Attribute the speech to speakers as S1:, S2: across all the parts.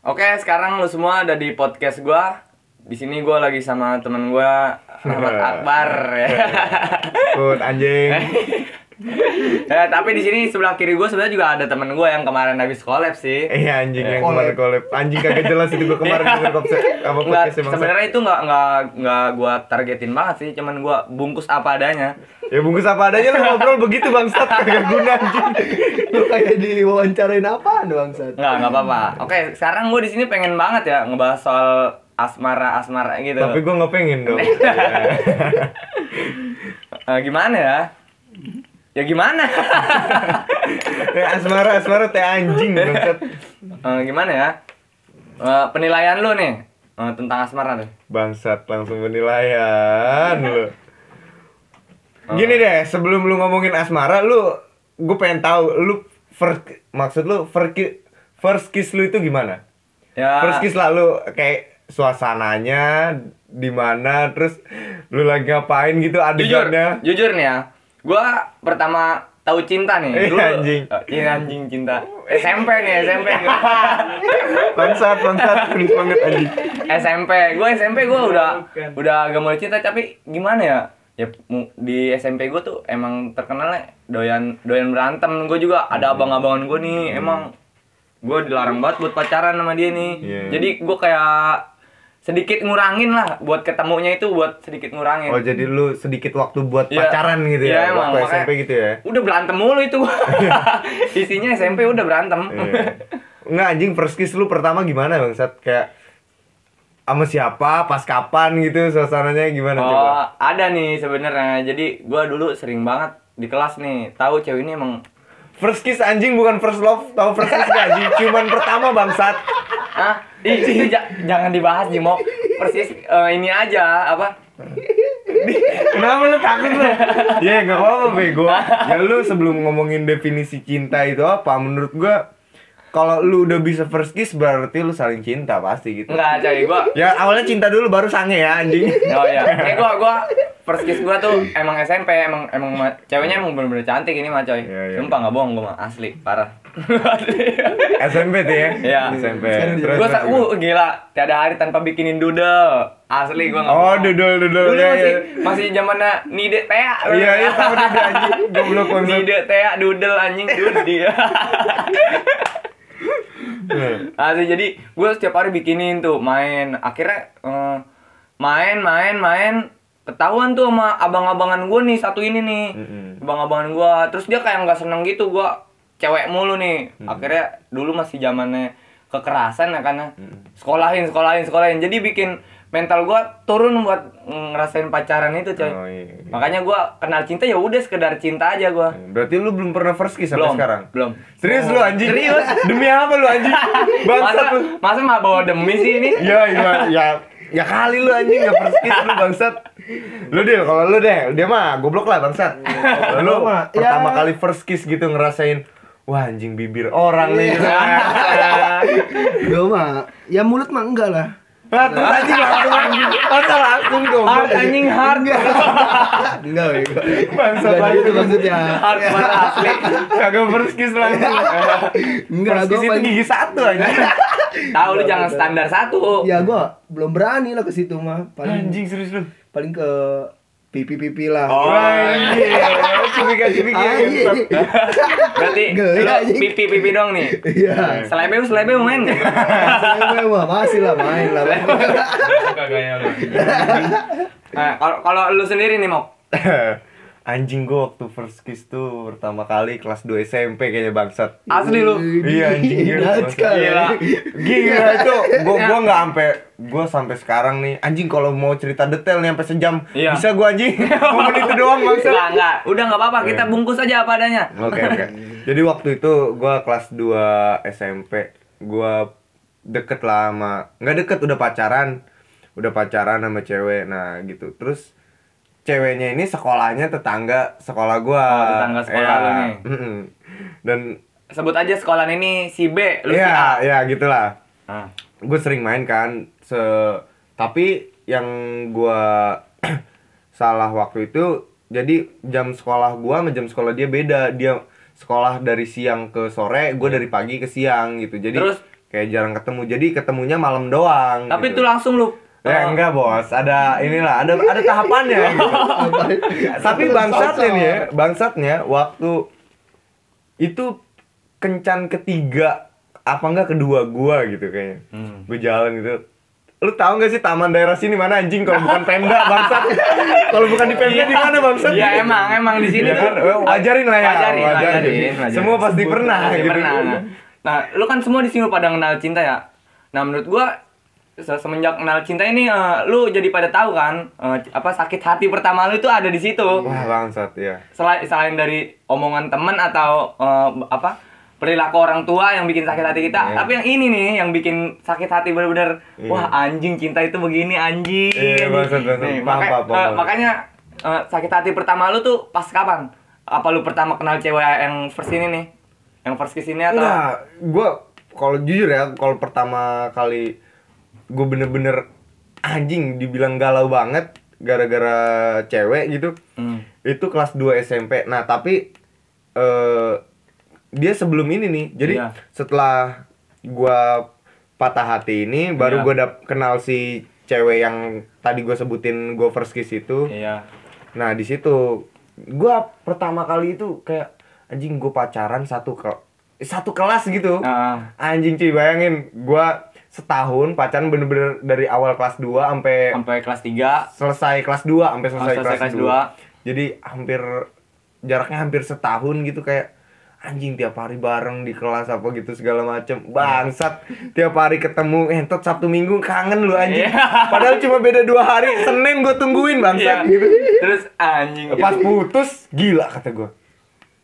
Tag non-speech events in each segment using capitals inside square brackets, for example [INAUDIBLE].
S1: Oke, sekarang lu semua ada di podcast gua. Di sini gua lagi sama temen gua
S2: [LAUGHS]
S1: Rahmat Akbar. Eh.
S2: Put anjing.
S1: ya, tapi di sini sebelah kiri gua sebenarnya juga ada temen gua yang kemarin habis collab sih.
S2: Iya anjing yang
S3: Collab.
S2: kemarin collab. Anjing kagak jelas itu gua kemarin denger kopse sama
S1: Iya. Enggak,
S2: podcast emang.
S1: sebenarnya itu nggak nggak nggak gua targetin banget sih, cuman gua bungkus apa adanya.
S2: Ya bungkus apa adanya lu ngobrol begitu bangsat kagak guna anjing.
S3: Lu kayak diwawancarain apaan bangsat?
S1: Enggak, enggak apa-apa. Oke, sekarang gua di sini pengen banget ya ngebahas soal asmara-asmara gitu.
S2: Tapi gua nggak pengen dong.
S1: Iya. Eh, gimana ya? Ya
S2: [LAUGHS]
S1: gimana?
S2: Ya asmara asmara teh anjing bangsat.
S1: Eh, gimana ya? Eh, penilaian lu nih eh, tentang asmara tuh.
S2: Bangsat langsung penilaian lu. Gini deh, sebelum lu ngomongin asmara lu gue pengen tahu lu first maksud lu first ki- first kiss lu itu gimana?
S1: Ya.
S2: Terus Ki selalu kayak suasananya di mana terus lu lagi ngapain gitu
S1: jujur,
S2: adegannya.
S1: jujur nih ya. Gua pertama tahu cinta nih.
S2: Eh, anjing. Oh, iya.
S1: Eh, iya, anjing cinta. SMP nih, SMP. gua.
S2: Bangsat,
S1: [LAUGHS]
S2: bangsat, cringe banget anjing.
S1: SMP. Gua SMP gua udah udah agak mulai cinta tapi gimana ya? Ya mu- di SMP gua tuh emang terkenalnya doyan doyan berantem. Gua juga
S2: Hmm.
S1: ada abang-abangan gua nih emang gua dilarang banget buat pacaran sama dia nih.
S2: Iya.
S1: Jadi gua kayak sedikit ngurangin lah buat ketemunya itu buat sedikit ngurangin.
S2: Oh, jadi lu sedikit waktu buat
S1: Iya.
S2: pacaran gitu
S1: Iya,
S2: ya,
S1: emang,
S2: waktu
S1: makanya-
S2: SMP gitu ya.
S1: udah berantem mulu itu gua. [LAUGHS] isinya SMP udah berantem [LAUGHS]
S2: Iya. Enggak anjing first kiss lu pertama gimana bangsat? Kayak sama siapa, pas kapan gitu suasananya gimana coba?
S1: oh ada nih sebenarnya jadi gua dulu sering banget di kelas nih tahu cewek ini emang
S2: First kiss anjing bukan first love, tahu first kiss gak anjing? Cuman pertama bangsat.
S1: ah
S2: [LAUGHS]
S1: ih, itu ja- jangan dibahas Jimo persis eh, ini aja apa
S2: Kenapa lu takut lu? Ya nggak apa-apa bego. Ya lu sebelum ngomongin definisi cinta itu apa? Menurut gua kalau lu udah bisa first kiss berarti lu saling cinta pasti gitu.
S1: enggak cewek gua
S2: Ya awalnya cinta dulu baru sange ya anjing.
S1: oh ya eh gua gua first kiss gua tuh emang SMP emang emang ma- ceweknya emang bener-bener cantik ini mah coy
S2: Iya, iya.
S1: sumpah nggak bohong gua mah asli parah [LAUGHS]
S2: SMP tuh ya.
S1: Iya.
S2: SMP.
S3: Sekarang
S2: Terus.
S1: Gua sa-
S2: terus, terus.
S1: uh, gila, tiada hari tanpa bikinin doodle. Asli gua nggak
S2: Oh,
S1: bohong.
S2: dudul dudul.
S1: Dulu
S2: ya,
S1: uh. masih
S2: ya.
S1: masih zamannya nide tea.
S2: Iya, iya
S1: [LAUGHS]
S2: tahu dudul anjing. Goblok banget.
S1: Nide tea dudel anjing dudi. Asli Ah, jadi gue setiap hari bikinin tuh main. Akhirnya eh, main main main ketahuan tuh sama abang-abangan gue nih satu ini nih.
S2: Mm-mm.
S1: Abang-abangan gue. Terus dia kayak nggak seneng gitu gua cewek mulu nih. Akhirnya dulu masih zamannya kekerasan ya karena sekolahin sekolahin sekolahin. Jadi bikin mental gua turun buat ngerasain pacaran itu coy.
S2: Oh, iya.
S1: Makanya gua kenal cinta ya udah sekedar cinta aja gua.
S2: Berarti lu belum pernah first kiss sampai
S1: Belum.
S2: sekarang?
S1: Belum.
S2: Serius lu anjing? Serius? Demi apa lu anjing? Bangsat
S1: [LAUGHS] Masa
S2: lu.
S1: masa mah bawa demi sih ini?
S2: ya ya ya ya kali lu anjing gak first kiss lu bangsat lu deh kalau lu deh dia mah goblok lah bangsat Kalau lu
S3: Gua mah,
S2: pertama
S3: ya.
S2: kali first kiss gitu ngerasain wah anjing bibir orang nih Iya.
S3: Gua mah ya mulut mah enggak lah.
S2: Nah, terus anjing langsung anjing masa langsung goblok
S1: Hard anjing hard.
S3: Enggak ya.
S2: Bangsat
S3: Enggak gitu
S2: langsung
S3: maksudnya.
S2: Iya.
S1: Hard banget asli.
S2: kagak first kiss langsung
S3: Enggak
S2: first
S3: gua
S2: kiss itu
S3: paling-
S2: gigi satu anjing
S1: Tahu lu jangan standar satu.
S2: Iya.
S3: Ya gua belum berani lah ke situ mah. Paling
S2: anjing serius lu
S3: paling ke pipi-pipi lah.
S1: Oh.
S2: Wah, anjing cipika-cipika
S3: Ah, iya,
S2: ya,
S3: iya.
S1: Berarti
S3: Geli
S1: lu
S3: anjing.
S1: pipi-pipi dong nih.
S3: Iya.
S1: Selebeu selebeu main nggak?
S3: Saya mah iya. masih lah main lah.
S1: Nah, kalau kalau lu sendiri nih mau
S2: [LAUGHS] Anjing gue waktu first kiss tuh pertama kali kelas 2 SMP kayaknya bangsat.
S1: asli
S2: [LAUGHS]
S1: lu.
S2: Iya anjing
S3: Gila sekali.
S1: Gila.
S2: Gila itu gua gua nggak sampai gua sampai sekarang nih anjing kalau mau cerita detail nih sampai sejam
S1: Iya.
S2: bisa gua
S1: [LAUGHS]
S2: anjing momen itu gitu doang Iya. bangsat.
S1: Enggak, enggak. Udah enggak apa-apa, kita bungkus aja apa adanya.
S2: Oke oke. Jadi waktu itu gua kelas 2 SMP, gua deket lah sama nggak deket udah pacaran, udah pacaran sama cewek. Nah, gitu. Terus ceweknya ini sekolahnya tetangga sekolah gua.
S1: Oh, tetangga sekolah
S2: Iya.
S1: lu nih.
S2: Mm-mm. Dan
S1: Sebut aja sekolah ini si B, lu si A.
S2: ya ya gitulah.
S1: Ah.
S2: Gue sering main kan se tapi yang gua [CLEARS THROAT] salah waktu itu jadi jam sekolah gua sama jam sekolah dia beda. Dia sekolah dari siang ke sore, gue dari pagi ke siang gitu. Jadi
S1: Terus
S2: kayak jarang ketemu jadi ketemunya malam doang
S1: Tapi itu
S2: gitu.
S1: langsung lu. eh,
S2: ya enggak bos ada inilah ada
S1: [LAUGHS]
S2: ada tahapannya gitu. tapi bangsatnya nih ya bangsatnya waktu itu kencan ketiga apa enggak kedua gua gitu kayaknya
S1: Hmm.
S2: gue jalan gitu lu tahu nggak sih taman daerah sini mana anjing kalau bukan
S1: [LAUGHS]
S2: pemda bangsat kalau bukan di pemda di mana bangsat
S1: Iya emang emang di sini
S2: Iya kan?
S1: tuh.
S2: Eh, wajarin lah ya,
S1: Wajarin,
S2: wajarin.
S1: wajarin, wajarin.
S2: Semua pasti pernah,
S1: Pasti
S2: gitu.
S1: pernah. Nah, Nah, lu kan semua di sini pada kenal cinta ya. Nah, menurut gua se- semenjak kenal cinta ini eh, lu jadi pada tahu kan eh, apa sakit hati pertama lu itu ada di situ.
S2: wah bangsat ya
S1: Selain selain dari omongan teman atau eh, apa perilaku orang tua yang bikin sakit hati kita,
S2: Iya.
S1: tapi yang ini nih yang bikin sakit hati bener-bener
S2: Iya.
S1: wah anjing cinta itu begini anjing.
S2: Iya,
S1: anjing.
S2: bangsat, bangsat.
S1: Nih,
S2: Paham,
S1: maka-
S2: paham, paham,
S1: eh,
S2: paham.
S1: makanya eh, sakit hati pertama lu tuh pas kapan? Apa lu pertama kenal cewek yang first ini nih? Yang first kiss ini atau
S2: Enggak, gue kalau jujur ya, kalau pertama kali gue bener-bener anjing dibilang galau banget gara-gara cewek gitu.
S1: Hmm.
S2: Itu kelas 2 SMP. Nah, tapi eh dia sebelum ini nih. Jadi
S1: Iya.
S2: setelah gua patah hati ini baru
S1: Iya.
S2: gua dap- kenal si cewek yang tadi gue sebutin gue first kiss itu.
S1: Iya.
S2: Nah di situ gua pertama kali itu kayak anjing gue pacaran satu ke satu kelas gitu.
S1: Ah.
S2: Anjing cuy bayangin gua setahun pacaran bener-bener dari awal kelas 2 sampai
S1: Sampai kelas 3
S2: selesai kelas 2 sampai selesai,
S1: Oh, selesai
S2: kelas,
S1: kelas
S2: 2. Jadi hampir jaraknya hampir setahun gitu kayak anjing tiap hari bareng di kelas apa gitu segala macem
S1: Iya.
S2: bangsat tiap hari ketemu entot sabtu minggu kangen lu anjing
S1: Iya.
S2: padahal cuma beda dua hari senin gue tungguin bangsat
S1: Terus anjing
S2: pas putus gila kata gue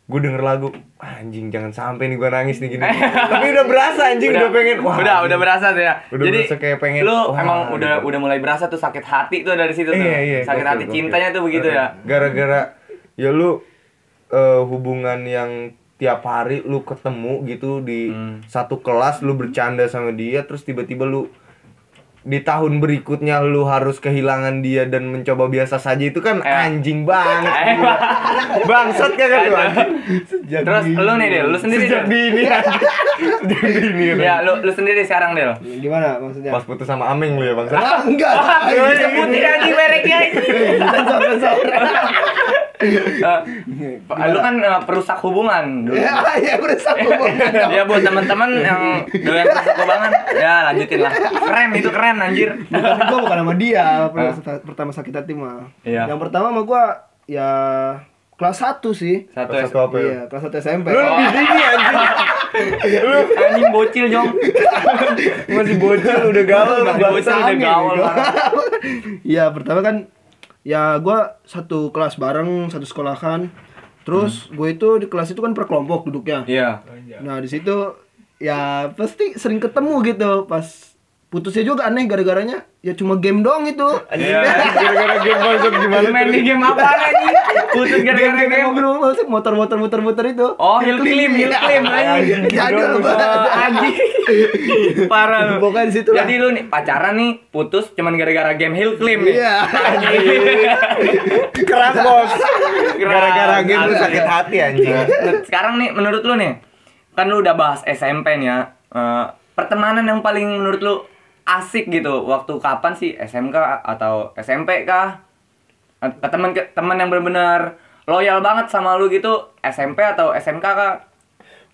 S2: gue denger lagu anjing jangan sampai nih gue nangis
S1: [LAUGHS]
S2: nih gini tapi udah berasa anjing udah, pengen wah
S1: udah
S2: anjing.
S1: udah berasa tuh ya
S2: Udah
S1: jadi
S2: berasa kayak pengen,
S1: lu
S2: wah,
S1: emang
S2: gitu.
S1: udah udah mulai berasa tuh sakit hati tuh dari situ tuh
S2: Iya, iya,
S1: sakit
S2: gokil,
S1: hati
S2: gokil.
S1: cintanya tuh begitu ya
S2: gara-gara ya lu eh, hubungan yang tiap hari lu ketemu gitu di
S1: Hmm.
S2: satu kelas lu bercanda sama dia terus tiba-tiba lu di tahun berikutnya lu harus kehilangan dia dan mencoba biasa saja itu kan anjing banget
S1: [LAUGHS] Eh,
S2: gila. bangsat kagak tuh anjing
S1: terus lu nih Del lu sendiri
S2: sejak
S1: Del.
S2: dini
S1: [LAUGHS]
S2: anjing. sejak dini anjing.
S1: ya lu lu sendiri sekarang Del
S3: Gimana maksudnya?
S2: pas putus sama Ameng lu ya bangsat
S3: Ah, enggak.
S2: iya,
S1: Lu sebutin lagi mereknya
S3: Sensor, sensor.
S1: Eh, lu kan eh, perusak hubungan dulu
S3: [LAUGHS] Ya,
S2: Iya.
S3: ya berusaha ngomong.
S1: ya buat teman-teman yang doyan perusak hubungan ya lanjutin lah keren itu keren anjir
S3: bukan gua bukan sama
S2: [LAUGHS]
S3: dia
S2: Ah.
S3: pernah seta- pertama sakit hati mah
S1: Iya.
S3: yang pertama sama gua ya kelas 1 sih
S1: satu S-
S2: Kelas satu apa ya?
S3: iya kelas 1 SMP
S2: lu
S3: [LAUGHS]
S2: lebih dini anjing
S1: anjing bocil jong
S2: masih bocil udah galau lu
S3: Nah,
S1: Masih bocil
S2: bangsat
S1: udah gaul parah.
S3: [LAUGHS] iya pertama kan ya gua satu kelas bareng satu sekolahan terus
S2: Hmm.
S3: gue itu di kelas itu kan per kelompok duduknya
S1: iya
S3: nah di situ ya pasti sering ketemu gitu pas putusnya juga aneh gara-garanya ya cuma game doang itu
S2: anjing
S1: Iya.
S2: gara-gara game bangsat gimana
S1: Lu main di game apa lagi? Putus gara-gara
S3: Game-game
S1: game.
S3: mobil mobil, motor-motor muter-muter itu
S1: Oh, hill climb, hill climb
S3: [LAUGHS]
S1: anjing.
S3: Iya,
S1: Oh,
S3: Jadul banget.
S1: Anjing. Parah lu.
S3: Pokoknya di situ lah.
S1: Jadi lu nih pacaran nih putus cuman gara-gara game hill climb nih.
S3: Iya.
S1: Anjing.
S2: keras bos
S1: Keras.
S2: gara-gara game lu
S1: Asli.
S2: sakit hati anjing
S1: Nah, Sekarang nih menurut lu nih kan lu udah bahas SMP nih ya. Eh, pertemanan yang paling menurut lu asik gitu waktu kapan sih SMK atau SMP kah? Eh, Temen ke- temen yang benar-benar loyal banget sama lu gitu SMP atau SMK kah?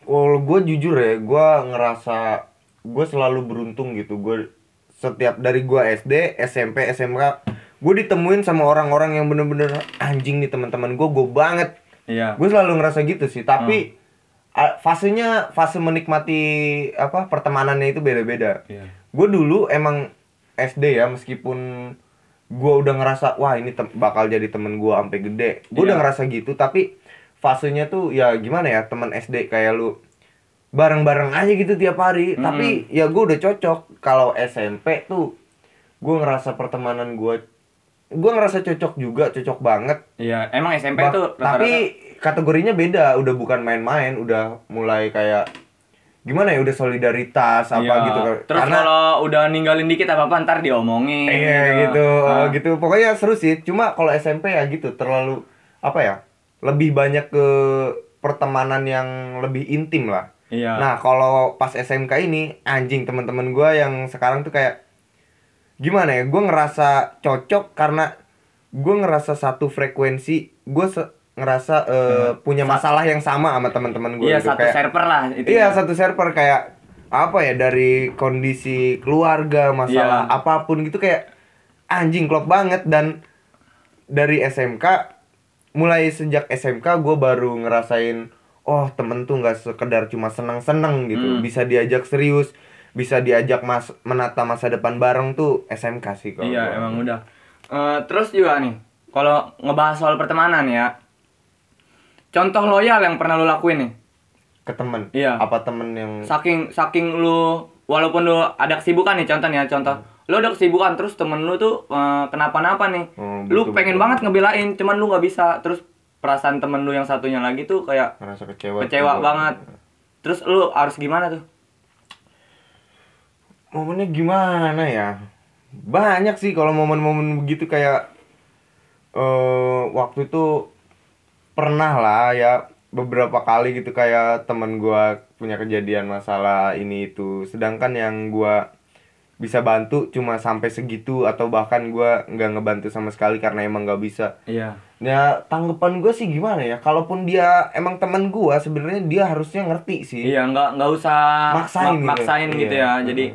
S2: Kalau gue jujur ya, gue ngerasa gue selalu beruntung gitu. Gue setiap dari gue SD, SMP, SMK, gue ditemuin sama orang-orang yang bener-bener anjing nih teman-teman gue, gue banget.
S1: Iya. Hmm.
S2: Gue selalu ngerasa gitu sih. Tapi a- fasenya fase menikmati apa pertemanannya itu beda-beda.
S1: Iya.
S2: Gue dulu emang SD ya, meskipun gue udah ngerasa wah ini tem- bakal jadi temen gue sampai gede. Gue
S1: Iya.
S2: udah ngerasa gitu, tapi fasenya tuh ya gimana ya teman SD kayak lu bareng-bareng aja gitu tiap hari.
S1: Hmm.
S2: Tapi ya gue udah cocok kalau SMP tuh gue ngerasa pertemanan gue gue ngerasa cocok juga cocok banget
S1: Iya, emang SMP
S2: Bak-
S1: tuh rata-rata-
S2: tapi kategorinya beda, udah bukan main-main, udah mulai kayak gimana ya, udah solidaritas apa
S1: Iya.
S2: gitu.
S1: Terus kalau udah ninggalin dikit apa apa ntar diomongin.
S2: iya gitu,
S1: Nah,
S2: gitu. Pokoknya seru sih. Cuma kalau SMP ya gitu, terlalu apa ya? Lebih banyak ke pertemanan yang lebih intim lah.
S1: Iya.
S2: Nah, kalau pas SMK ini anjing teman-teman gua yang sekarang tuh kayak gimana ya? Gua ngerasa cocok karena gua ngerasa satu frekuensi, gua se- ngerasa eh, punya masalah yang sama sama teman-teman gua
S1: iya
S2: gitu.
S1: satu
S2: Kayak-
S1: server lah itu.
S2: Iya, satu server kayak apa ya dari kondisi keluarga,
S1: Iya.
S2: masalah apapun gitu kayak anjing klop banget dan dari SMK mulai sejak SMK gue baru ngerasain oh temen tuh nggak sekedar cuma seneng-seneng
S1: Hmm.
S2: gitu bisa diajak serius bisa diajak mas menata masa depan bareng tuh SMK sih kalau
S1: Iya
S2: gua.
S1: emang udah. Eh, terus juga nih, kalau ngebahas soal pertemanan ya, contoh loyal yang pernah lu lakuin nih,
S2: ke temen
S1: Iya.
S2: apa temen yang
S1: saking saking lu walaupun lu ada kesibukan nih contohnya contoh,
S2: Hmm.
S1: lu ada kesibukan terus temen lu tuh eh, kenapa-napa nih,
S2: Oh,
S1: lu
S2: betul,
S1: pengen
S2: betul.
S1: banget ngebelain, cuman lu nggak bisa, terus perasaan temen lu yang satunya lagi tuh kayak
S2: ngerasa kecewa
S1: kecewa
S2: tuh.
S1: banget, terus lu harus gimana tuh?
S2: momennya gimana ya banyak sih kalau momen-momen begitu kayak eh waktu itu pernah lah ya beberapa kali gitu kayak temen gua punya kejadian masalah ini itu sedangkan yang gua bisa bantu cuma sampai segitu atau bahkan gua nggak ngebantu sama sekali karena emang nggak bisa
S1: Iya.
S2: ya tanggapan gua sih gimana ya kalaupun dia emang temen gua sebenarnya dia harusnya ngerti sih
S1: Iya, nggak nggak usah
S2: Maksain
S1: mak-
S2: gitu.
S1: maksain gitu
S2: Iya.
S1: ya. Jadi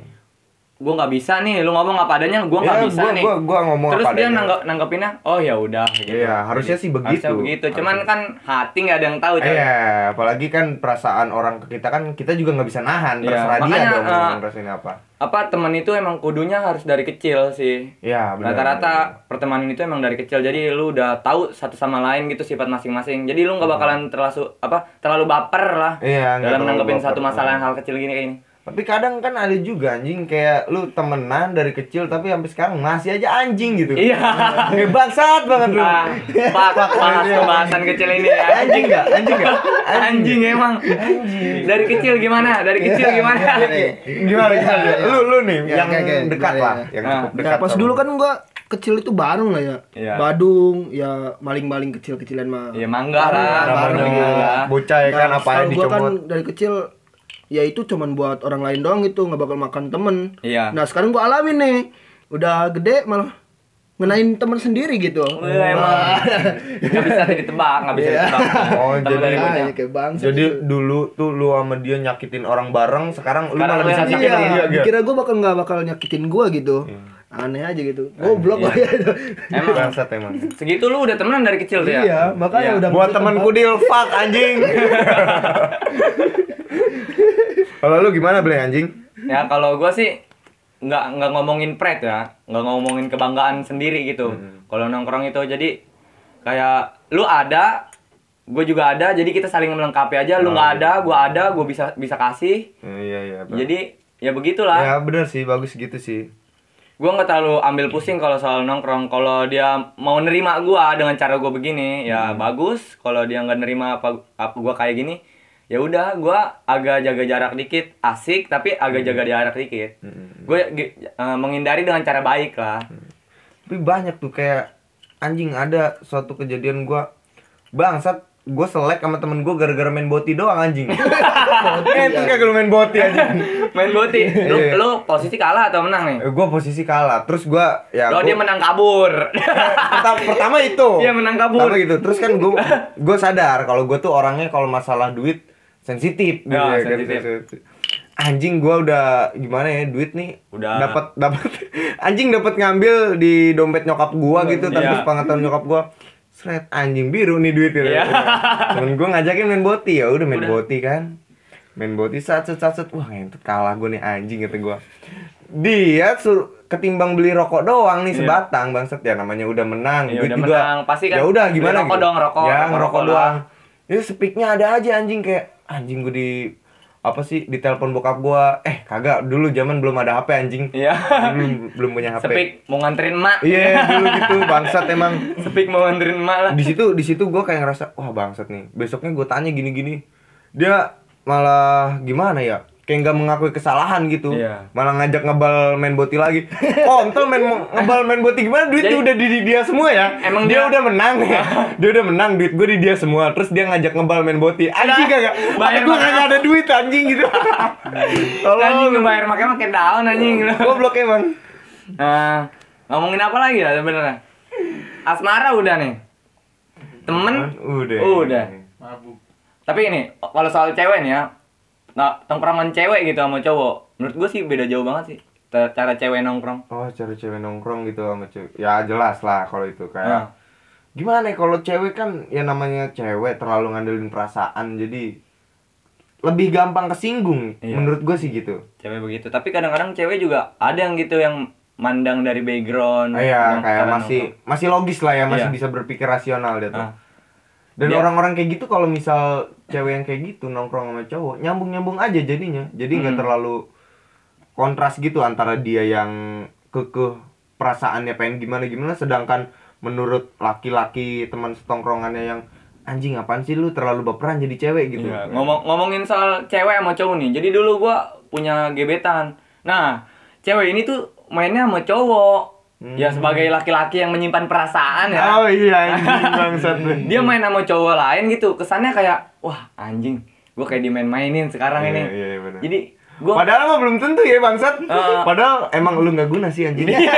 S1: gua nggak bisa nih, lu ngomong apa adanya, gua nggak
S2: Ya,
S1: bisa
S2: gua-
S1: nih.
S2: gua- gua ngomong
S1: Terus
S2: apa
S1: dia
S2: adanya.
S1: nanggap nanggepinnya, oh ya udah gitu.
S2: Iya, harusnya sih begitu.
S1: Harusnya begitu. Cuman kan hati nggak ada yang tahu. Coy.
S2: Iya, apalagi kan perasaan orang ke kita kan kita juga nggak bisa
S1: Iya,
S2: nahan terserah dia
S1: makanya,
S2: dong mau
S1: eh,
S2: ngerasain apa.
S1: Apa teman itu emang kudunya harus dari kecil sih.
S2: Iya, benar.
S1: Rata-rata pertemanan itu emang dari kecil. Jadi lu udah tahu satu sama lain gitu sifat masing-masing. Jadi lu nggak bakalan terlalu apa terlalu baper lah.
S2: Iya, nggak
S1: dalam
S2: terlalu
S1: nanggepin
S2: baper.
S1: satu masalah yang hal kecil gini kayak ini.
S2: Tapi kadang kan ada juga anjing kayak lu temenan dari kecil tapi sampai sekarang masih aja anjing gitu.
S1: Iya.
S2: [LAUGHS] Eh, bangsat banget lu.
S1: Ah, pak, pak, bahas pembahasan kecil ini ya.
S2: Anjing nggak? Anjing nggak?
S1: Anjing emang. Dari kecil gimana? Dari
S2: Iya,
S1: kecil gimana?
S2: Gimana gimana? Lu lu nih
S3: Iya,
S2: yang
S3: oke, oke.
S2: dekat
S3: Gimana,
S2: lah,
S3: ya?
S2: yang
S1: Ah.
S2: cukup dekat.
S3: Ya, pas
S2: sama
S3: dulu
S2: lu.
S3: kan gua kecil itu Badung lah ya.
S1: Iya.
S3: Badung, ya maling-maling kecil-kecilan mah.
S1: Iya, mangga
S3: Bareng,
S1: lah,
S3: Nah, bareng.
S1: bareng.
S2: namanya bocah ya kan
S3: Nah,
S2: apa yang
S3: setahu gua
S2: dicomot.
S3: kan dari kecil ya itu cuman buat orang lain doang gitu, nggak bakal makan temen.
S1: Iya.
S3: Nah sekarang gua alamin nih, udah gede malah ngenain temen sendiri gitu.
S1: Wah, emang nggak bisa ditebak, nggak bisa
S3: Iya.
S1: ditebak.
S2: Oh,
S1: Temen
S2: jadi-
S1: dari
S3: Nah,
S1: bocah.
S3: ya kayak bangsa.
S2: Jadi dulu tuh lu sama dia nyakitin orang bareng, sekarang lu
S1: Sekarang
S2: malah
S1: lu
S2: bisa
S1: yang
S2: nyakitin
S1: nyakitin
S2: dia. gitu.
S3: Iya,
S2: Gak?
S3: kira gua bakal nggak bakal nyakitin gua gitu. Aneh aja gitu. Goblok
S1: Iya.
S3: ya. aja itu.
S1: Emang
S2: Bangsat emang.
S1: segitu lu udah temenan dari kecil tuh ya?
S3: Iya, makanya
S1: Iya.
S3: udah
S2: Buat
S3: masuk
S2: temenku deal fuck anjing. Kalau lu gimana beli anjing?
S1: Ya kalau gua sih nggak nggak ngomongin pride ya, nggak ngomongin kebanggaan sendiri gitu.
S2: Hmm.
S1: Kalau nongkrong itu jadi kayak lu ada, gue juga ada, jadi kita saling melengkapi aja. Lu
S2: Hmm.
S1: nggak ada, gua ada, gue bisa bisa kasih.
S2: Iya iya.
S1: Jadi ya begitulah.
S2: Ya bener sih, bagus gitu sih.
S1: gue nggak terlalu ambil pusing kalau soal nongkrong kalau dia mau nerima gue dengan cara gue begini ya
S2: Hmm.
S1: bagus kalau dia nggak nerima apa apa gue kayak gini ya udah gue agak jaga jarak dikit asik tapi agak
S2: Hmm.
S1: jaga jarak dikit gue menghindari dengan cara baik lah
S2: Hmm. Tapi banyak tuh kayak anjing ada suatu kejadian gua bangsat gue selek sama temen gue gara-gara main boti doang anjing. Eh, itu kagak lu main boti anjing.
S1: main
S2: [LAUGHS]
S1: boti lu,
S2: Iya.
S1: lu posisi kalah atau menang nih
S2: gue posisi kalah, terus gua ya.
S1: lo
S2: gua-
S1: dia menang
S2: [LAUGHS]
S1: kabur
S2: pertama, pertama itu
S1: Iya, menang kabur.
S2: Pertama itu terus kan gue gue sadar kalau gue tuh orangnya kalau masalah duit sensitif gitu
S1: Ya,
S2: ya, kan.
S1: sensitif.
S2: anjing gue udah gimana ya duit nih
S1: Udah.
S2: dapat dapat [LAUGHS] anjing dapat ngambil di dompet nyokap gue gitu tanpa
S1: Iya.
S2: sepengetahuan nyokap gue seret anjing biru nih duit gitu.
S1: Iya.
S2: temen gue ngajakin main boti ya udah main
S1: Udah.
S2: boti kan main boti sat sat sat sat. wah ngentut kalah gue nih anjing kata gue dia suruh ketimbang beli rokok doang nih
S1: Iya.
S2: sebatang bangsat ya namanya udah menang
S1: Iya,
S2: duit
S1: udah
S2: juga.
S1: menang. Pasti kan
S2: ya udah
S1: beli
S2: gimana
S1: rokok
S2: gitu.
S1: dong, rokok,
S2: ya
S1: rokok,
S2: ngerokok
S1: rokok
S2: doang itu speaknya ada aja anjing kayak anjing gue di apa sih di telepon bokap gua eh kagak dulu zaman belum ada HP anjing
S1: Iya.
S2: belum, belum punya HP
S1: sepik mau nganterin emak
S2: iya dulu gitu bangsat emang
S1: sepik mau nganterin emak lah
S2: di situ di situ gue kayak ngerasa wah bangsat nih besoknya gue tanya gini gini dia malah gimana ya kayak nggak mengakui kesalahan gitu
S1: Iya.
S2: malah ngajak ngebal main boti lagi [LAUGHS] kontol main ngebal main boti gimana duitnya
S1: Jadi-
S2: udah di, di dia semua ya
S1: Emang
S2: dia,
S1: dia-
S2: udah menang
S1: [LAUGHS]
S2: ya dia udah menang duit gue di dia semua terus dia ngajak ngebal main boti anjing
S1: Nah,
S2: kagak
S1: Bayar
S2: gue
S1: mahal.
S2: kagak ada duit anjing
S1: [LAUGHS]
S2: gitu
S1: anjing
S2: tolong Iya.
S1: ngebayar makin makin down anjing
S2: goblok emang
S1: nah ngomongin apa lagi lah sebenarnya asmara udah nih temen
S2: udah
S1: udah
S4: mabuk
S1: tapi ini kalau soal cewek nih ya nah tongkrongan cewek gitu sama cowok menurut gue sih beda jauh banget sih ta- cara cewek nongkrong
S2: Oh, cari cewek nongkrong gitu sama cewek. Ya jelas lah kalau itu
S1: Ah.
S2: kayak gimana ya kalau cewek kan ya namanya cewek terlalu ngandelin perasaan jadi lebih gampang kesinggung
S1: Iya.
S2: menurut gue sih gitu.
S1: cewek begitu tapi kadang-kadang cewek juga ada yang gitu yang mandang dari background
S2: Ah, Iya,
S1: yang
S2: kayak
S1: cara
S2: masih
S1: nongkrong.
S2: masih logis lah ya, masih
S1: Iya.
S2: bisa berpikir rasional dia tuh.
S1: Ah.
S2: Dan
S1: Dia-
S2: orang-orang kayak gitu kalau misal cewek yang kayak gitu nongkrong sama cowok, nyambung-nyambung aja jadinya. Jadi nggak
S1: Hmm.
S2: terlalu kontras gitu antara dia yang kekeh perasaannya pengen gimana-gimana sedangkan menurut laki-laki teman setongkrongannya yang anjing apaan sih lu terlalu baperan jadi cewek gitu.
S1: Iya, ngomong ngomongin soal cewek sama cowok nih jadi dulu gua punya gebetan nah cewek ini tuh mainnya sama cowok ya sebagai laki-laki yang menyimpan perasaan ya
S2: Hmm. Oh iya anjing
S1: [LAUGHS]
S2: bangsat lu.
S1: dia main sama cowok lain gitu kesannya kayak wah anjing gua kayak dimain-mainin sekarang
S2: Iya,
S1: ini
S2: iya, iya, benar.
S1: jadi gua [LAUGHS]
S2: Padahal mah belum tentu ya bangsat.
S1: Ah.
S2: Padahal emang lu nggak guna sih
S1: [LAUGHS]
S2: anjing.
S1: Iya.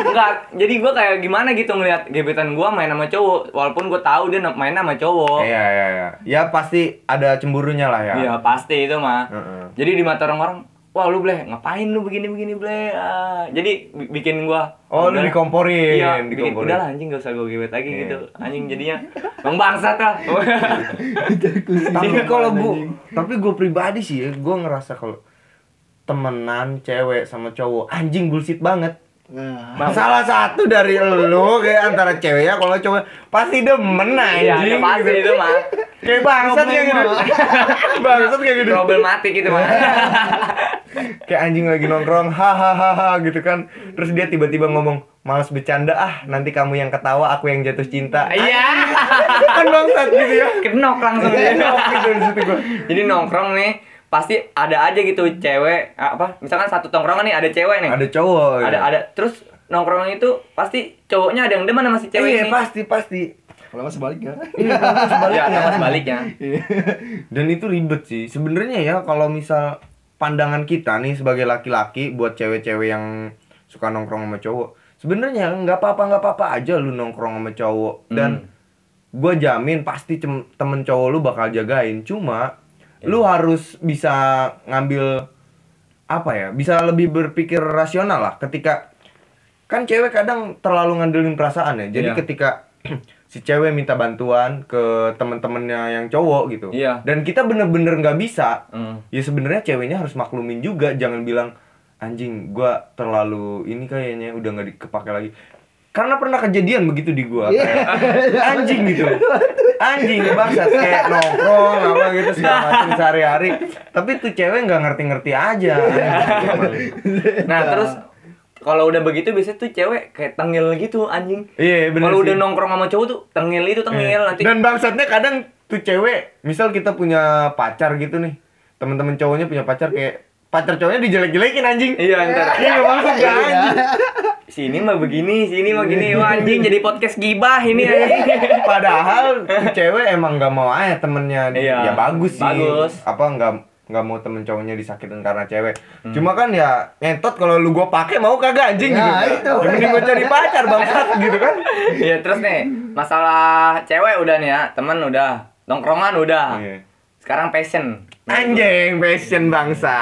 S1: Enggak, jadi gua kayak gimana gitu ngelihat gebetan gua main sama cowok walaupun gua tahu dia main sama cowok
S2: Iya iya iya. Ya pasti ada cemburunya lah ya.
S1: Iya pasti itu mah.
S2: Heeh.
S1: Jadi di mata orang-orang, wah lu bleh ngapain lu begini-begini bleh. Ah, jadi bi- bikin gua.
S2: Oh,
S1: "Udah
S2: lu
S1: lah."
S2: dikomporin,
S1: Iya, bikin
S2: dikomporin.
S1: udah lah anjing gak usah gua gebet lagi
S2: Iya.
S1: gitu. Anjing jadinya bang bangsat
S2: [LAUGHS]
S1: lah.
S2: tapi
S1: Iya,
S2: kalau gue tapi gue pribadi sih ya, gue ngerasa kalau temenan cewek sama cowok anjing bullshit banget
S3: Nah,
S2: salah satu dari lo kayak antara cewek ya kalau cowok pasti demen
S1: Iya, iya,
S2: anjing
S1: pasti
S2: gitu.
S1: itu mah.
S2: kayak bangsat kayak gitu [LAUGHS] bangsat kayak gitu
S1: Problematik itu
S2: [LAUGHS]
S1: mah.
S2: kayak anjing lagi nongkrong hahaha gitu kan terus dia tiba-tiba ngomong males bercanda ah nanti kamu yang ketawa aku yang jatuh cinta
S1: Iya.
S2: kan bangsat gitu ya
S1: Kenok langsung dia.
S2: gitu di situ gue
S1: Jadi nongkrong nih pasti ada aja gitu cewek apa misalkan satu tongkrongan nih ada cewek nih
S2: ada cowok ya.
S1: ada ada terus nongkrongan itu pasti cowoknya ada yang demen sama si cewek
S2: iya
S1: ini
S2: pasti pasti
S3: kalau nggak sebaliknya.
S1: sebaliknya ya, sama sebaliknya
S2: dan itu ribet sih sebenarnya ya kalau misal pandangan kita nih sebagai laki-laki buat cewek-cewek yang suka nongkrong sama cowok sebenarnya nggak apa-apa nggak apa-apa aja lu nongkrong sama cowok
S1: Hmm.
S2: dan gua jamin pasti cem- temen cowok lu bakal jagain cuma
S1: Iya.
S2: lu harus bisa ngambil apa ya bisa lebih berpikir rasional lah ketika kan cewek kadang terlalu ngandelin perasaan ya jadi
S1: Iya.
S2: ketika [CLEARS THROAT] si cewek minta bantuan ke temen-temennya yang cowok gitu
S1: Iya.
S2: dan kita bener-bener nggak bisa
S1: Hmm.
S2: ya sebenarnya ceweknya harus maklumin juga jangan bilang anjing gua terlalu ini kayaknya udah nggak dikepake lagi karena pernah kejadian begitu di gua kayak, anjing gitu anjing bangsat kayak nongkrong apa gitu segala macam sehari-hari tapi tuh cewek nggak ngerti-ngerti aja gitu.
S1: nah terus kalau udah begitu biasanya tuh cewek kayak tengil gitu anjing
S2: Iya, bener
S1: kalau
S2: sih.
S1: udah nongkrong sama cowok tuh tengil itu tengil nanti
S2: Iya. dan bangsatnya kadang tuh cewek misal kita punya pacar gitu nih teman-teman cowoknya punya pacar kayak pacar cowoknya dijelek-jelekin anjing
S1: iya ntar
S2: iya bangsat nggak anjing
S1: sini mah begini sini mah gini
S2: Iya.
S1: wah anjing jadi podcast gibah ini ya. anjing
S2: Padahal tuh cewek emang nggak mau aja temennya
S1: Iya.
S2: ya bagus sih.
S1: Bagus.
S2: Apa nggak nggak mau temen cowoknya disakitin karena cewek.
S1: Hmm.
S2: Cuma kan ya ngentot kalau lu gua pakai mau kagak anjing
S3: Ya,
S2: gitu.
S3: itu.
S2: Ya, mending gua cari pacar bangsat gitu kan.
S1: Iya terus nih masalah cewek udah nih ya temen udah nongkrongan udah
S2: Iya.
S1: sekarang passion
S2: Anjing fashion bangsa.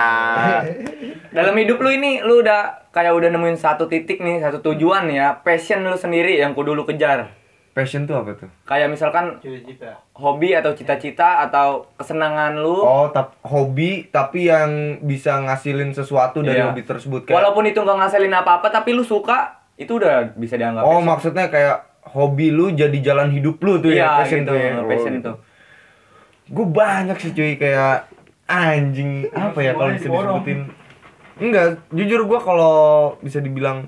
S1: [LAUGHS] dalam hidup lu ini lu udah kayak udah nemuin satu titik nih satu tujuan ya passion lu sendiri yang kudu lu kejar
S2: Fashion tuh apa tuh?
S1: kayak misalkan
S4: cewek kita
S1: hobi atau cita-cita atau kesenangan lu
S2: Oh, tap hobi tapi yang bisa ngasilin sesuatu dari
S1: Iya.
S2: hobi tersebut kayak.
S1: walaupun itu nggak ngasilin apa-apa tapi lu suka itu udah bisa dianggap
S2: oh, maksudnya kayak hobi lu jadi jalan hidup lu tuh
S1: iya
S2: ya passion
S1: gitu
S2: tuh ya. Oh,
S1: passion itu
S2: gitu. gue banyak sih cuy kayak anjing
S1: Iya,
S2: apa ya kalau bisa disebutin enggak jujur gue kalau bisa dibilang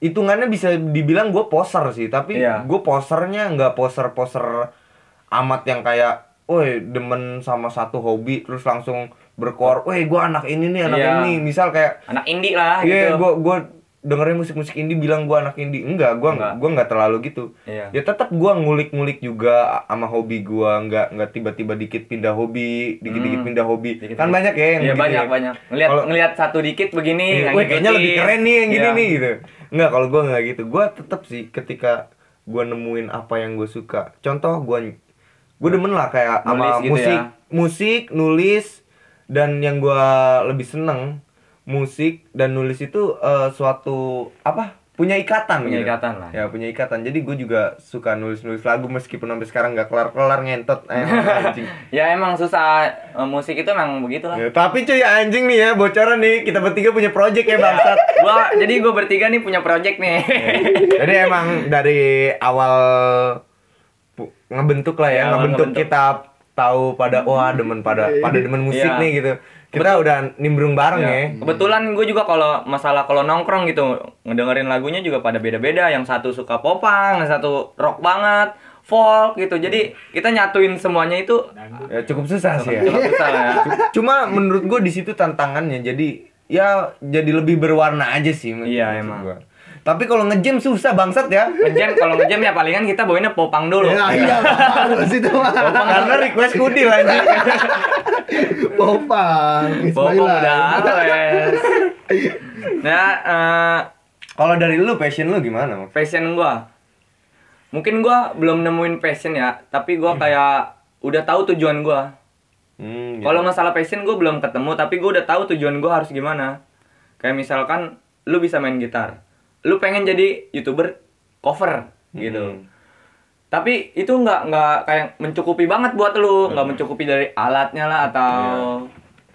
S2: hitungannya bisa dibilang gue poser sih tapi
S1: Iya.
S2: gue posernya nggak poser poser amat yang kayak woi demen sama satu hobi terus langsung berkor, weh gue anak ini nih anak
S1: Iya.
S2: ini, misal kayak,
S1: anak indie lah
S2: iya
S1: gitu
S2: gue gue dengerin musik-musik indie bilang gue anak indie, enggak gue
S1: Enggak.
S2: gue nggak terlalu gitu,
S1: Iya.
S2: ya tetap gue ngulik-ngulik juga sama hobi gue, nggak nggak tiba-tiba dikit pindah hobi, dikit-dikit
S1: Hmm.
S2: pindah hobi,
S1: Dikit-
S2: kan banyak ya yang
S1: Iya,
S2: begini
S1: banyak
S2: ya.
S1: banyak ngelihat
S2: Kalau-
S1: ngelihat satu dikit begini
S2: Iya,
S1: yang
S2: weh, kayaknya
S1: ngikutin.
S2: lebih keren nih yang gini
S1: Iya.
S2: nih gitu. Enggak, kalau gua nggak gitu. Gua tetap sih ketika gua nemuin apa yang gue suka. Contoh gua gua demen lah
S1: Nulis
S2: kayak sama
S1: gitu
S2: musik,
S1: ya.
S2: musik, nulis dan yang gua lebih seneng musik dan nulis itu eh, suatu apa? punya ikatan
S1: Punya
S2: gitu.
S1: ikatan lah.
S2: ya punya ikatan jadi gue juga suka nulis nulis lagu meskipun sampai sekarang nggak kelar kelar ngentot Eh,
S1: [LAUGHS]
S2: anjing
S1: ya emang susah Eh, musik itu emang begitu lah
S2: Ya, tapi cuy anjing nih ya bocoran nih kita bertiga punya project ya bangsat
S1: gua jadi gua bertiga nih punya project nih
S2: Iya. Jadi emang dari awal pu- ngebentuk lah ya,
S1: Iya, awal
S2: ngebentuk,
S1: ngebentuk.
S2: kita tahu pada wah demen pada pada demen musik
S1: Iya.
S2: nih gitu. Kita udah nimbrung bareng ya.
S1: Kebetulan gue juga kalau masalah kalau nongkrong gitu ngedengerin lagunya juga pada beda-beda. Yang satu suka popang, yang satu rock banget, folk gitu. Jadi kita nyatuin semuanya itu
S2: ya. cukup susah sih ya.
S3: Iya.
S1: cukup susah lah ya.
S2: Cuma menurut gue di situ tantangannya jadi ya jadi lebih berwarna aja sih menurut
S1: Iya,
S2: maksud
S1: emang.
S2: gua. Tapi kalau ngejam susah bangsat
S1: [LAUGHS]
S2: ya.
S1: Ngejam kalau ngejam ya palingan kita bawainnya popang dulu.
S3: Ya, iya, harus itu mah.
S2: Karena request
S1: [LAUGHS]
S2: kudil anjing.
S3: Popang,
S1: Popang udah
S3: Ismaila.
S1: wes. Nah, eh,
S2: kalau dari lu passion lu gimana? Mak?
S1: passion gua. Mungkin gua belum nemuin passion ya, tapi gua kayak udah tahu tujuan gua.
S2: Hmm, gitu.
S1: Kalau masalah passion gue belum ketemu, tapi gue udah tahu tujuan gue harus gimana. Kayak misalkan lu bisa main gitar, lu pengen jadi youtuber cover
S2: Hmm.
S1: gitu. Tapi itu nggak nggak kayak mencukupi banget buat lu, nggak mencukupi dari alatnya lah atau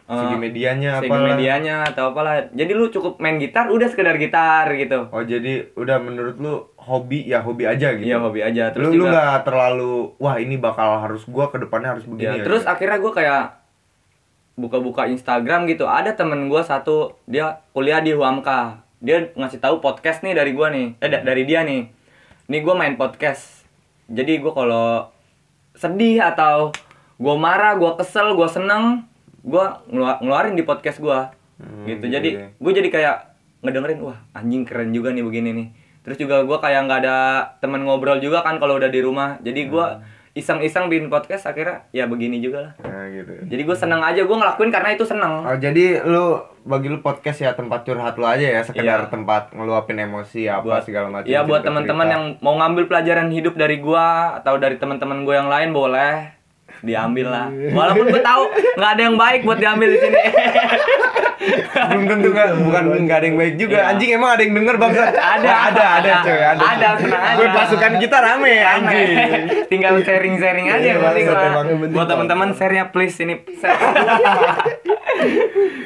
S1: eh,
S2: Iya. segi medianya
S1: segi
S2: apalah.
S1: medianya atau apalah. Jadi lu cukup main gitar, udah sekedar gitar gitu.
S2: Oh jadi udah menurut lu hobi ya hobi aja gitu.
S1: Iya hobi aja. Terus
S2: lu lu
S1: juga-
S2: nggak terlalu wah ini bakal harus gua ke depannya harus
S1: Ya,
S2: begini. ya.
S1: terus akhirnya gue kayak buka-buka Instagram gitu. Ada temen gue satu, dia kuliah di Huamka. Dia ngasih tahu podcast nih dari gue nih, eh da- dari dia nih. Nih gue main podcast. Jadi gue kalau sedih atau gue marah, gue kesel, gue seneng, gue ngelu- ngeluarin di podcast gue.
S2: Hmm,
S1: gitu.
S2: gitu
S1: Jadi
S2: ya.
S1: gue jadi kayak ngedengerin, wah anjing keren juga nih begini nih. Terus juga gue kayak nggak ada temen ngobrol juga kan kalau udah di rumah. Jadi gue iseng-iseng bikin podcast akhirnya ya begini juga lah.
S2: Nah, gitu.
S1: Jadi gue seneng aja gue ngelakuin karena itu seneng.
S2: Oh, jadi lu bagi lu podcast ya tempat curhat lu aja ya, sekedar
S1: Iya.
S2: tempat ngeluapin emosi apa segala macam.
S1: Iya buat
S2: cerita-cerita.
S1: teman-teman yang mau ngambil pelajaran hidup dari gua atau dari teman-teman gue yang lain boleh diambil lah.
S2: Iya.
S1: Walaupun gue tahu nggak ada yang baik buat diambil di
S2: [LAUGHS]
S1: sini.
S2: [LAUGHS] belum tentu nggak bukan nggak ada yang baik juga.
S1: Iya.
S2: Anjing emang ada yang denger [LAUGHS] bangsa.
S1: Ada.
S2: ada ada
S1: Ada.
S2: cuy, ada.
S1: Ada, tenang aja.
S2: Gue pasukan kita rame anjing.
S1: Eh, Tinggal sharing-sharing aja
S2: Iya,
S1: yang penting
S2: bangsat,
S1: mah.
S2: emang. Yang penting
S1: Buat teman-teman share ya please ini. [LAUGHS] share.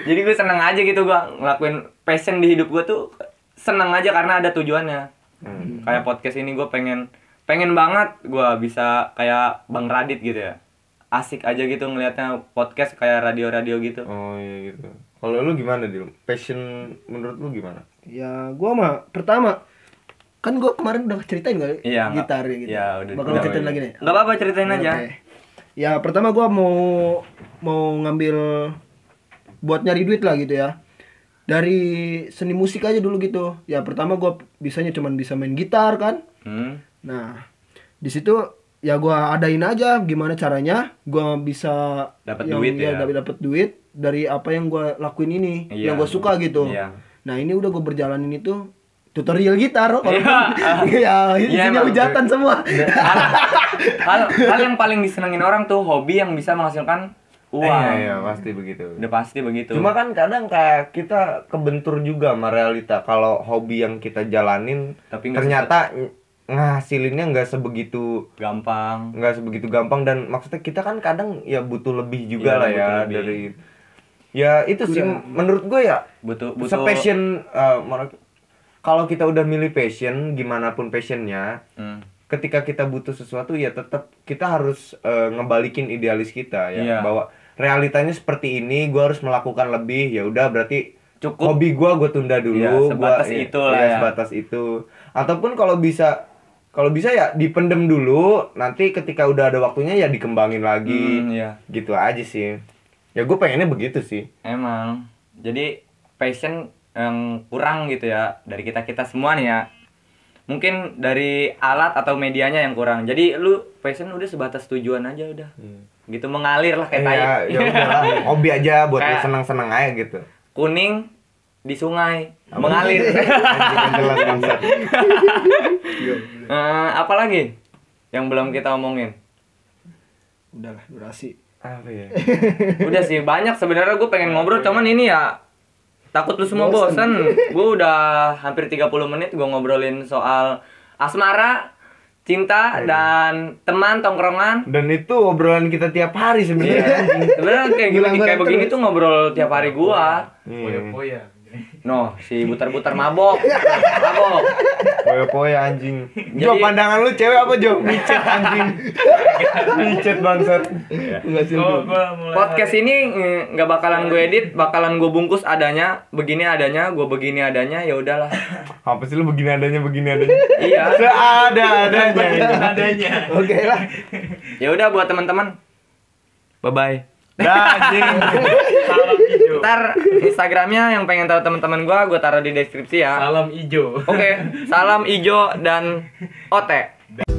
S1: Jadi gue seneng aja gitu gua ngelakuin passion di hidup gue tuh seneng aja karena ada tujuannya.
S3: Hmm.
S1: Kayak podcast ini gue pengen pengen banget gua bisa kayak Bang Radit gitu ya. Asik aja gitu ngelihatnya podcast kayak radio-radio gitu.
S2: Oh iya gitu. Kalau lu gimana, Dil? Passion menurut lu gimana?
S3: Ya, gua mah pertama kan gua kemarin udah ceritain gak
S1: Iya, nggak-
S3: gitar ya gitu.
S1: iya, udah-
S3: Bakal
S1: udah,
S3: ceritain
S2: udah.
S3: lagi nih.
S1: Gak apa-apa ceritain aja.
S3: Oke. Ya, pertama gua mau mau ngambil buat nyari duit lah gitu ya. Dari seni musik aja dulu gitu. Ya, pertama gua bisanya cuman bisa main gitar kan.
S1: Hmm.
S3: Nah, di situ ya gua adain aja gimana caranya gua bisa
S1: Dapat
S3: yang-
S1: duit ya.
S3: dapat dapat duit dari apa yang gua lakuin ini,
S1: Iya.
S3: yang gua suka gitu.
S1: Iya.
S3: Nah, ini udah gua berjalanin itu
S1: [LAUGHS]
S3: tutorial gitar kalau
S1: Iya.
S3: [LAUGHS] ya
S1: Iya,
S3: isinya
S1: emang.
S3: hujatan semua.
S1: hal, hal, hal yang paling disenengin orang tuh hobi yang bisa menghasilkan uang.
S2: Iya, iya, pasti begitu.
S1: Udah pasti begitu.
S2: Cuma kan kadang kayak kita kebentur juga sama realita kalau hobi yang kita jalanin
S1: Tapi nggak
S2: ternyata ng- ngahasilinnya nggak sebegitu
S1: gampang.
S2: nggak sebegitu gampang dan maksudnya kita kan kadang ya butuh lebih
S1: Iya,
S2: juga lah
S1: butuh
S2: ya
S1: lebih.
S2: dari ya itu sih menurut gue ya
S1: Butuh butuh
S2: sepassion eh, mer- kalau kita udah milih passion gimana pun passionnya
S1: Hmm.
S2: ketika kita butuh sesuatu ya tetap kita harus eh, ngebalikin idealis kita ya
S1: Iya.
S2: bahwa realitanya seperti ini gua harus melakukan lebih ya udah berarti
S1: Cukup.
S2: hobi gua gue tunda
S1: Iya,
S2: dulu
S1: sebatas
S2: gua-
S1: itu lah
S2: iya,
S1: ya.
S2: sebatas itu ataupun kalau bisa kalau bisa ya dipendem dulu nanti ketika udah ada waktunya ya dikembangin lagi
S1: Hmm, iya.
S2: gitu aja sih ya ya gue pengennya begitu sih
S1: Emang. Jadi passion yang kurang gitu ya dari kita kita semua nih ya. Mungkin dari alat atau medianya yang kurang. Jadi lu passion udah sebatas tujuan aja udah. Gitu mengalir lah kayak
S2: Eh,
S1: tai.
S2: Hmm. ya ya udahlah hobi aja buat lu
S1: Kayak-
S2: seneng-seneng aja gitu
S1: [LAUGHS] Kuning di sungai mengalir.
S2: Anjing, tenggelam, bangsat.
S1: Eh, apalagi yang belum kita omongin?
S3: [LAUGHS] udahlah durasi
S2: apa ya
S1: Udah sih banyak sebenarnya gue pengen ngobrol cuman ini ya takut lu semua bosen. Gue udah hampir 30 menit gue ngobrolin soal asmara, cinta dan teman tongkrongan. Iya.
S2: dan itu obrolan kita tiap hari sebenarnya Iya, anjing.
S1: Sebenarnya kayak gini
S3: Bilang-bilang
S1: kayak begini
S3: terus.
S1: tuh ngobrol tiap hari gua.
S2: Iya.
S4: Poya-poya.
S1: No, si butar-butar mabok. Mabok.
S2: Poya-poya anjing. Jo,
S1: Jadi-
S2: pandangan lu cewek apa Jo? Micet anjing. Iya. Micet bangsat.
S3: enggak sih
S4: Oh, gua mulai
S1: Podcast
S4: hari-
S1: ini mm, nggak bakalan gue edit, bakalan gue bungkus adanya, begini adanya, gue begini adanya, ya udahlah.
S2: Apa sih lu begini adanya begini adanya?
S1: Iya.
S2: [LAUGHS] Seada-adanya. anjing.
S4: adanya.
S3: oke lah
S1: Ya udah buat teman-teman. Bye bye.
S2: Dah anjing.
S4: Salam ijo.
S1: Ntar Instagramnya yang pengen tahu teman-teman gua, gua taruh di deskripsi ya.
S4: Salam ijo.
S1: Oke, salam ijo dan ote.